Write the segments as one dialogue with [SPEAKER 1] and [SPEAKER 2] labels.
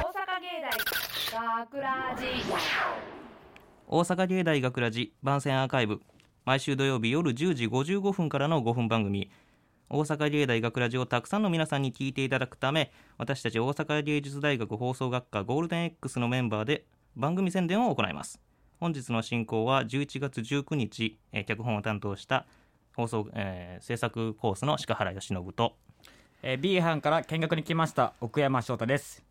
[SPEAKER 1] 大学ラジ
[SPEAKER 2] 大阪芸大学ラジ番宣アーカイブ毎週土曜日夜10時55分からの5分番組大阪芸大学ラジをたくさんの皆さんに聞いていただくため私たち大阪芸術大学放送学科ゴールデン X のメンバーで番組宣伝を行います本日の進行は11月19日、えー脚本を担当した放送、えー制作コースの鹿原由伸と
[SPEAKER 3] えー、B 班から見学に来ました奥山翔太です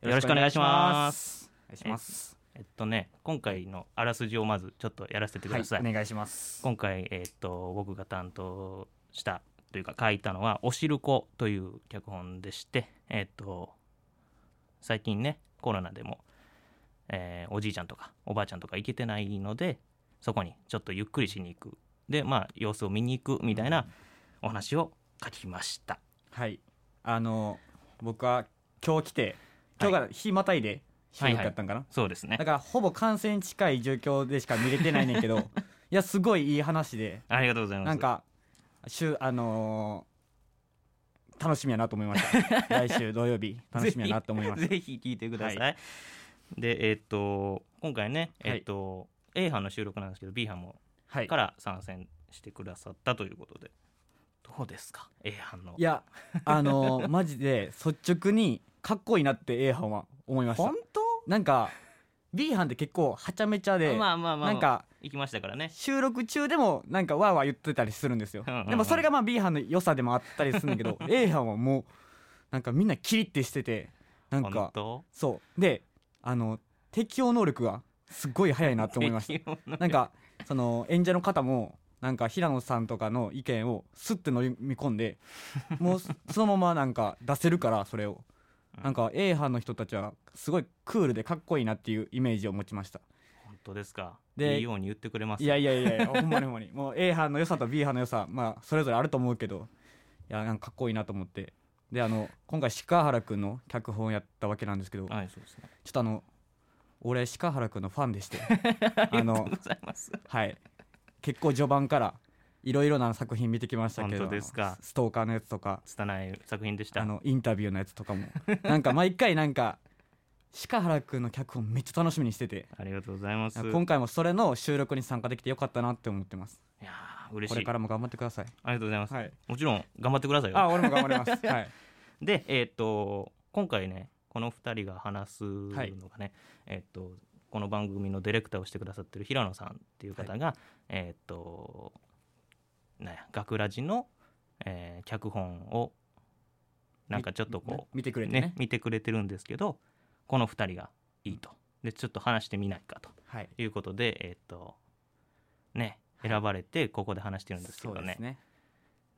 [SPEAKER 2] よろしくお願いします
[SPEAKER 3] お願いします
[SPEAKER 2] えっとね今回のあらすじをまずちょっとやらせてく
[SPEAKER 3] は
[SPEAKER 2] ださい、
[SPEAKER 3] いお願いします
[SPEAKER 2] 今回、えーっと僕が担当したというか書いたのは「おしるこ」という脚本でしてえーっと最近ねコロナでも、えーおじいちゃんとかおばあちゃんとか行けてないのでそこにちょっとゆっくりしに行くでまあ様子を見に行くみたいなお話を書きました、
[SPEAKER 3] はいあの僕は今日来て今日から日またいで収録やったんかな、
[SPEAKER 2] そうですね
[SPEAKER 3] だからほぼ感染近い状況でしか見れてないねんけ どいやすごいいい話で
[SPEAKER 2] ありがとうございます
[SPEAKER 3] なんかしゅあのー楽しみやなと思い ました来週土曜日楽しみやなと思いまし た
[SPEAKER 2] ぜひ聞いてください。
[SPEAKER 3] は
[SPEAKER 2] で、えっと、今回ね、
[SPEAKER 3] はい
[SPEAKER 2] えっと、A 班の収録なんですけど、B 班も
[SPEAKER 3] はい
[SPEAKER 2] から参戦してくださったということで、どうですか、A 班の。
[SPEAKER 3] いやあのーマジで率直にかっこいいなって A 班は思いました
[SPEAKER 2] 当
[SPEAKER 3] なんか B 班って結構はちゃめちゃで、
[SPEAKER 2] まあまあまあ、
[SPEAKER 3] なんか
[SPEAKER 2] 行きましたからね。
[SPEAKER 3] 収録中でもなんかわーわー言ってたりするんですよ、
[SPEAKER 2] うんうんうん
[SPEAKER 3] でもそれがまあ B 班の良さでもあったりするんだけ ど A 班はもうなんかみんなキリってしててなん
[SPEAKER 2] 本
[SPEAKER 3] か
[SPEAKER 2] 当
[SPEAKER 3] そうであの適応能力がすっごい早いなと思いました
[SPEAKER 2] 適応の
[SPEAKER 3] なんかその演者の方もなんか平野さんとかの意見をスッて飲み込んでもうそのままなんか出せるからそれを
[SPEAKER 2] うん
[SPEAKER 3] なんか A 班の人たちはすごいクールでかっこいいなっていうイメージを持ちました
[SPEAKER 2] 本当ですか。
[SPEAKER 3] で
[SPEAKER 2] いいように言ってくれます。
[SPEAKER 3] いやいやいやいやほんまにほんまにもう A 班の良さと B 班の良さまあそれぞれあると思うけどいやなんかかっこいいなと思ってであの今回鹿原君の脚本をやったわけなんですけどちょっ
[SPEAKER 2] はい、そうですね。
[SPEAKER 3] とあの俺鹿原君のファンでしてあ
[SPEAKER 2] あり
[SPEAKER 3] の
[SPEAKER 2] がとうございます。
[SPEAKER 3] はい、結構序盤からいろいろな作品見てきましたけど
[SPEAKER 2] 本当ですか
[SPEAKER 3] ストーカーのやつとか
[SPEAKER 2] 拙い作品でした。
[SPEAKER 3] あのインタビューのやつとかもなんか毎回なんか鹿原君の脚本めっちゃ楽しみにしてて
[SPEAKER 2] ありがとうございます。い
[SPEAKER 3] 今回もそれの収録に参加できてよかったなって思ってます
[SPEAKER 2] やー嬉
[SPEAKER 3] こ
[SPEAKER 2] し
[SPEAKER 3] れ
[SPEAKER 2] い。
[SPEAKER 3] か
[SPEAKER 2] あり
[SPEAKER 3] らも頑張ってください
[SPEAKER 2] がとうございます。
[SPEAKER 3] はい
[SPEAKER 2] もちろん、頑張ってくださいよ。
[SPEAKER 3] あ俺も頑張ります はい
[SPEAKER 2] で、えーっと今回ねこの2人が話すのがね、えーっとこの番組のディレクターをしてくださってる平野さんっていう方が、えーっとなんや学ラジの、えー脚本をなんかちょっとこ
[SPEAKER 3] 見てく
[SPEAKER 2] う、
[SPEAKER 3] れて
[SPEAKER 2] ね
[SPEAKER 3] ね
[SPEAKER 2] 見てくれてるんですけどこの2人がいいとでちょっと話してみないかと
[SPEAKER 3] はい
[SPEAKER 2] いうことでえーっとね
[SPEAKER 3] はい
[SPEAKER 2] 選ばれてここで話してるんですけ
[SPEAKER 3] そ
[SPEAKER 2] ど
[SPEAKER 3] う
[SPEAKER 2] ね
[SPEAKER 3] です。ね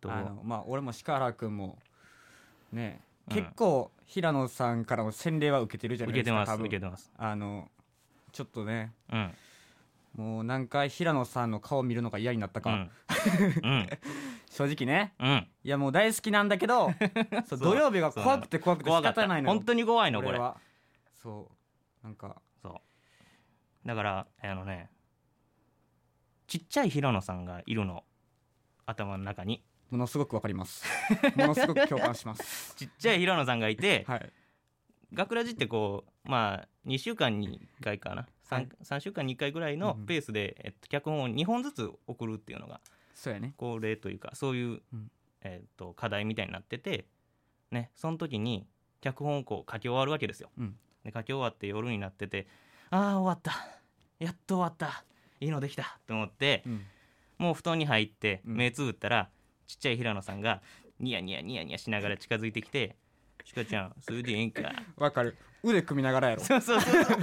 [SPEAKER 2] どう
[SPEAKER 3] あのまあ俺も鹿原君もね
[SPEAKER 2] うん
[SPEAKER 3] 結構平野さんからの洗礼は受けてるじゃな
[SPEAKER 2] 受
[SPEAKER 3] いで
[SPEAKER 2] けて
[SPEAKER 3] すか
[SPEAKER 2] ます
[SPEAKER 3] 多分
[SPEAKER 2] 受けてます。
[SPEAKER 3] あのちょっとね
[SPEAKER 2] うん、
[SPEAKER 3] もう何回平野さんの顔見るのが嫌になった
[SPEAKER 2] う
[SPEAKER 3] か、
[SPEAKER 2] ん、うん、
[SPEAKER 3] 正直ね
[SPEAKER 2] うん。
[SPEAKER 3] いやもう大好きなんだ けどそう土曜日が怖くて怖くて
[SPEAKER 2] 怖
[SPEAKER 3] 仕
[SPEAKER 2] かった
[SPEAKER 3] 方ないのよ
[SPEAKER 2] 本当に怖いのこ
[SPEAKER 3] 俺
[SPEAKER 2] れ
[SPEAKER 3] はそうなんか
[SPEAKER 2] そうだからあのねちっちゃい平野さんがいるの頭の中に
[SPEAKER 3] ものすごくわかります ものすごく共感します
[SPEAKER 2] ちっちゃい平野さんがいて、
[SPEAKER 3] はい
[SPEAKER 2] 学ラジってこうまあ2週間に1回かな 3,、
[SPEAKER 3] はい
[SPEAKER 2] 三週間に1回ぐらいの
[SPEAKER 3] うんうん
[SPEAKER 2] ペースで、えっと、脚本を2本ずつ送るっていうのが
[SPEAKER 3] そうやね
[SPEAKER 2] 恒例というかそういう、
[SPEAKER 3] うん
[SPEAKER 2] えっと、課題みたいになっててねその時に脚本をこう書き終わるわけですよ。
[SPEAKER 3] うん
[SPEAKER 2] で書き終わって夜になっててああ終わったやっと終わったいいのできたと思って、
[SPEAKER 3] うん
[SPEAKER 2] もう布団に入って
[SPEAKER 3] うん
[SPEAKER 2] 目つぶったら、ちっちゃい平野さんがニヤニヤニヤニヤしながら近づいてきて「ちかちゃんそれでええんか
[SPEAKER 3] わかる腕組みながらや」ろ
[SPEAKER 2] そうそうそうそ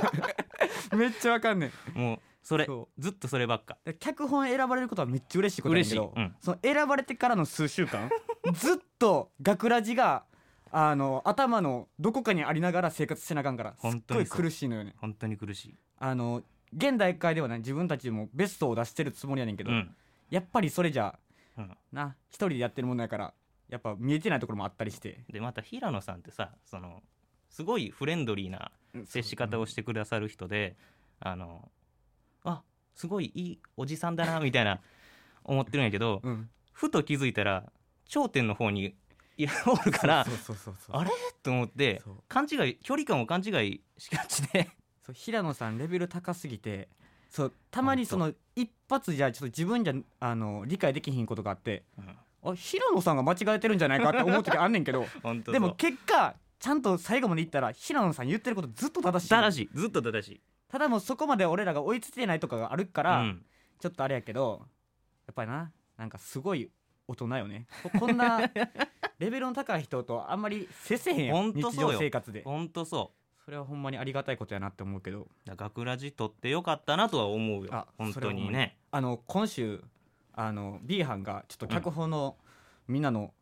[SPEAKER 3] めっちゃわかんねん
[SPEAKER 2] うもうそれ
[SPEAKER 3] そ
[SPEAKER 2] ずっとそればっか
[SPEAKER 3] で脚本選ばれることはめっちゃ嬉しいことやねんけど、
[SPEAKER 2] 嬉しいうん
[SPEAKER 3] その選ばれてからの数 週間ずっと学ラジがあの頭のどこかにありながら生活してなあかんからすっ
[SPEAKER 2] 本当
[SPEAKER 3] ご
[SPEAKER 2] に
[SPEAKER 3] い
[SPEAKER 2] そう
[SPEAKER 3] 苦しいのよね
[SPEAKER 2] 本当に苦しい、
[SPEAKER 3] あの現代界ではね自分たちもベストを出してるつもりやねんけど、
[SPEAKER 2] うん
[SPEAKER 3] やっぱりそれじゃ
[SPEAKER 2] うん、
[SPEAKER 3] な一人でやってるものやからやっぱ見えてないところもあったりして
[SPEAKER 2] でまた平野さんってさそのすごいフレンドリーな接し方をしてくださる人で、あのあすごいいいおじさんだ なみたいな思ってるんやけど、
[SPEAKER 3] うん
[SPEAKER 2] ふと気づいたら頂点の方にいらおるから
[SPEAKER 3] そうそうそうそう
[SPEAKER 2] あれと思って
[SPEAKER 3] そう
[SPEAKER 2] 勘違い距離感を勘違いしがちで
[SPEAKER 3] そう平野さんレベル高すぎてそうたまにその一発じゃちょっと自分じゃあの理解できひんことがあって、あ平野さんが間違えてるんじゃないかって思う時あんねん けど
[SPEAKER 2] 本当
[SPEAKER 3] でも
[SPEAKER 2] そう
[SPEAKER 3] 結果ちゃんと最後までいったら平野さん言ってることずっと正しい
[SPEAKER 2] 正しいずっと正しい
[SPEAKER 3] ただもうそこまで俺らが追いついてないとかがあるか
[SPEAKER 2] う
[SPEAKER 3] ら、
[SPEAKER 2] ん
[SPEAKER 3] ちょっとあれやけどやっぱりななんかすごい大人よねここん なレベルの高い人とあんまり接せへんや
[SPEAKER 2] ほ
[SPEAKER 3] ん
[SPEAKER 2] んと
[SPEAKER 3] 日
[SPEAKER 2] そうよ
[SPEAKER 3] 常生活で
[SPEAKER 2] 本当そ
[SPEAKER 3] それはほんまにありがたいことやなって思うけど
[SPEAKER 2] うだから学ラジ取ってよかったなとは思うよ
[SPEAKER 3] あ
[SPEAKER 2] 本当に
[SPEAKER 3] それは
[SPEAKER 2] ね
[SPEAKER 3] あの今週あの B 班がちょっと脚本のみんなの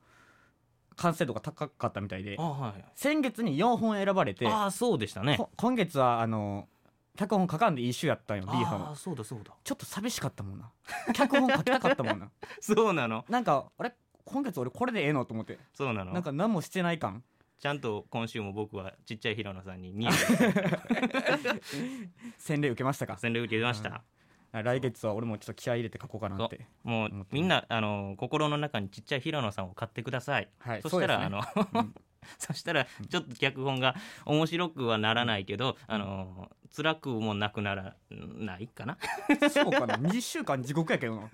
[SPEAKER 3] 完成度が高かったみたいで、
[SPEAKER 2] あはい
[SPEAKER 3] 先月に4本選ばれて
[SPEAKER 2] ああそうでしたね
[SPEAKER 3] こ今月はあの脚本書かんでいい週やったんよ B 班
[SPEAKER 2] ああ
[SPEAKER 3] は
[SPEAKER 2] そうだそうだ
[SPEAKER 3] ちょっと寂しかったもんな脚本書きたかったもん な
[SPEAKER 2] そうなの
[SPEAKER 3] なんかあれ今月俺これでええのと思って
[SPEAKER 2] そうなの
[SPEAKER 3] なんか何もしてない感
[SPEAKER 2] ちゃんと今週も僕はちっちゃい平野さんに2
[SPEAKER 3] 洗礼受けましたか
[SPEAKER 2] 洗礼受けました、
[SPEAKER 3] 来月は俺もちょっと気合い入れて書こうかなって
[SPEAKER 2] もう
[SPEAKER 3] 思ってる
[SPEAKER 2] みんなあの心の中にちっちゃい平野さんを買ってください、
[SPEAKER 3] はい
[SPEAKER 2] そしたら、
[SPEAKER 3] そう
[SPEAKER 2] あ
[SPEAKER 3] で
[SPEAKER 2] の
[SPEAKER 3] う
[SPEAKER 2] そしたらちょっと脚本が面白くはならないけど、あの辛くもなくならないか な
[SPEAKER 3] そうかな2週間地獄やけ どな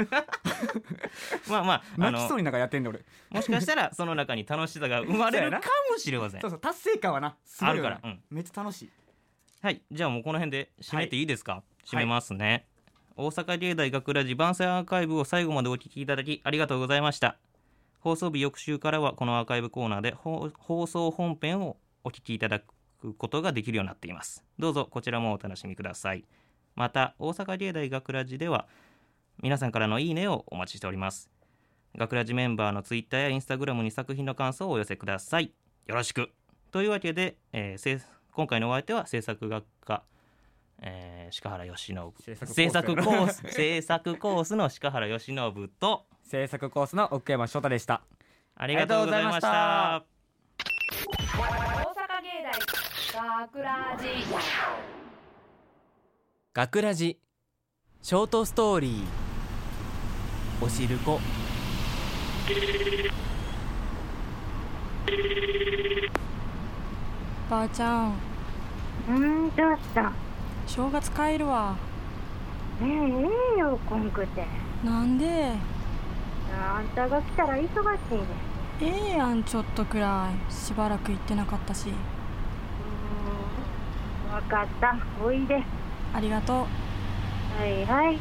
[SPEAKER 2] まあまああ
[SPEAKER 3] 泣きそ
[SPEAKER 2] の
[SPEAKER 3] うになん かやってんで俺
[SPEAKER 2] もしかしたらその中に楽しさが生まれ
[SPEAKER 3] そうや
[SPEAKER 2] る
[SPEAKER 3] な
[SPEAKER 2] かもしれません
[SPEAKER 3] そうそう達成感はなすごいよ
[SPEAKER 2] あ
[SPEAKER 3] な
[SPEAKER 2] るからうん
[SPEAKER 3] めっちゃ楽しい
[SPEAKER 2] はいじゃあもうこの辺で締めていいですか、締めますね、大阪芸大学ラジ万世アーカイブを最後までお聞きいただきありがとうございました放送日翌週からはこのアーカイブコーナーで放放送本編をお聞きいただくことができるようになっていますどうぞこちらもお楽しみくださいまた大阪芸大学ラジでは皆さんからのいいねをお待ちしております学ラジメンバーのツイッターやインスタグラムに作品の感想をお寄せくださいよろしくというわけで、えー制今回のお相手は制作学科、えー、鹿原由伸
[SPEAKER 3] 制作コー
[SPEAKER 2] 制作コー
[SPEAKER 3] ス
[SPEAKER 2] ス 制作コースの鹿原由伸と
[SPEAKER 3] 制作コースの奥山翔太でした
[SPEAKER 2] ありがとうございまし
[SPEAKER 3] ありがとうございま
[SPEAKER 2] た
[SPEAKER 3] し。
[SPEAKER 1] 大阪芸大学ラジ
[SPEAKER 4] 学ラジショートストーリーおしるこ
[SPEAKER 5] ばあちゃん
[SPEAKER 6] うんどうした
[SPEAKER 5] 正月帰るわ
[SPEAKER 6] ねえええよこんくて
[SPEAKER 5] なんで
[SPEAKER 6] あんたが来たら忙しいねんう
[SPEAKER 5] ええやんちょっとくらいしばらく行ってなかったし
[SPEAKER 6] んわかったおいで
[SPEAKER 5] ありがとう
[SPEAKER 6] はいはい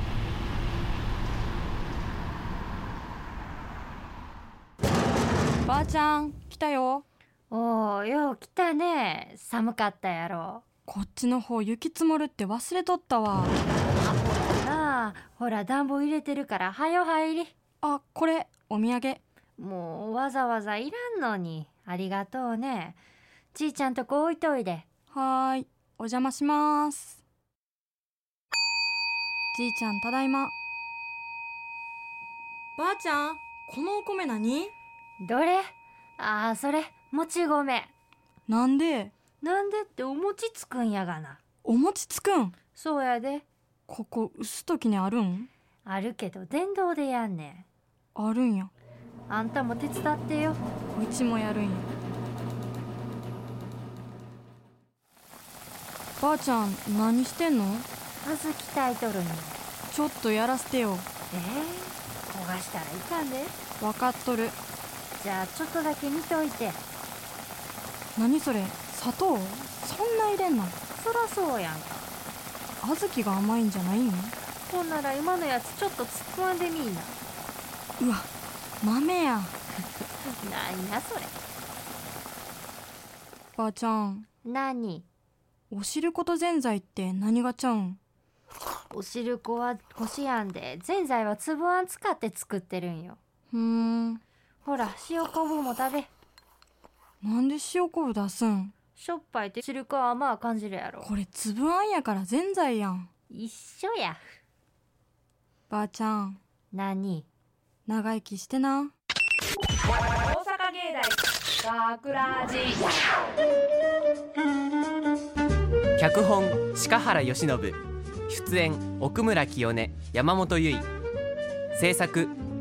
[SPEAKER 5] ばあちゃん来たよ
[SPEAKER 7] おおよう来たね寒かったやろ
[SPEAKER 5] こっちの方雪積もるって忘れとったわ
[SPEAKER 7] なあほら暖房入れてるからはよ入り
[SPEAKER 5] あこれお土産
[SPEAKER 7] もうわざわざいらんのにありがとうねちいちゃんとこ置いといで
[SPEAKER 5] はーいお邪魔しますじいちゃんただいまばあちゃんこのお米何
[SPEAKER 7] どれああそれもち米
[SPEAKER 5] なんで
[SPEAKER 7] なんでってお餅つくんやがな
[SPEAKER 5] お餅つくん
[SPEAKER 7] そうやで
[SPEAKER 5] ここ薄時にあるん
[SPEAKER 7] あるけど電動でやんね
[SPEAKER 5] あるんや
[SPEAKER 7] んあんたも手伝ってよ
[SPEAKER 5] うちもやるんやばあちゃん何してんの
[SPEAKER 7] まず鍛えとるんや
[SPEAKER 5] ちょっとやらせてよ
[SPEAKER 7] ええ焦がしたらいかんで
[SPEAKER 5] 分かっとる
[SPEAKER 7] じゃあちょっとだけ見といて
[SPEAKER 5] 何それ砂糖そんな入れんの
[SPEAKER 7] そらそうやんか
[SPEAKER 5] 小豆が甘いんじゃないの
[SPEAKER 7] ほんなら今のやつちょっと突っ込んでみんな
[SPEAKER 5] うわ豆や
[SPEAKER 7] 何やそれ
[SPEAKER 5] ばあちゃん
[SPEAKER 7] 何
[SPEAKER 5] おしることぜんざいって何がちゃうん
[SPEAKER 7] おしるこはこしあんでぜんざいはつぶあん使って作ってるんよ
[SPEAKER 5] ふーん
[SPEAKER 7] ほら塩昆布も食べ
[SPEAKER 5] なんで塩昆布出すん
[SPEAKER 7] しょっぱいっておしるこは甘あ感じるやろ
[SPEAKER 5] これ粒あんやからぜんざいやん
[SPEAKER 7] 一緒や
[SPEAKER 5] ばあちゃん
[SPEAKER 7] 何
[SPEAKER 5] 長生きしてな
[SPEAKER 1] 大阪芸大学ラジ
[SPEAKER 4] 脚本鹿原由伸出演奥村清音山本由衣制作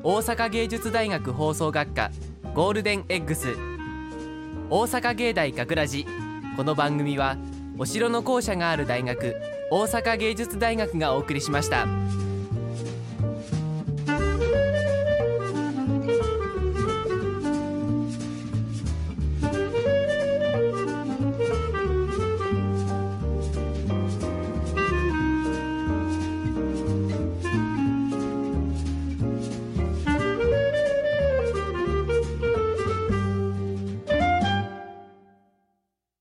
[SPEAKER 4] 大阪芸術大学放送学科ゴールデンエッグス大阪芸大学ラジこの番組はお城の校舎がある大学大阪芸術大学がお送りしました。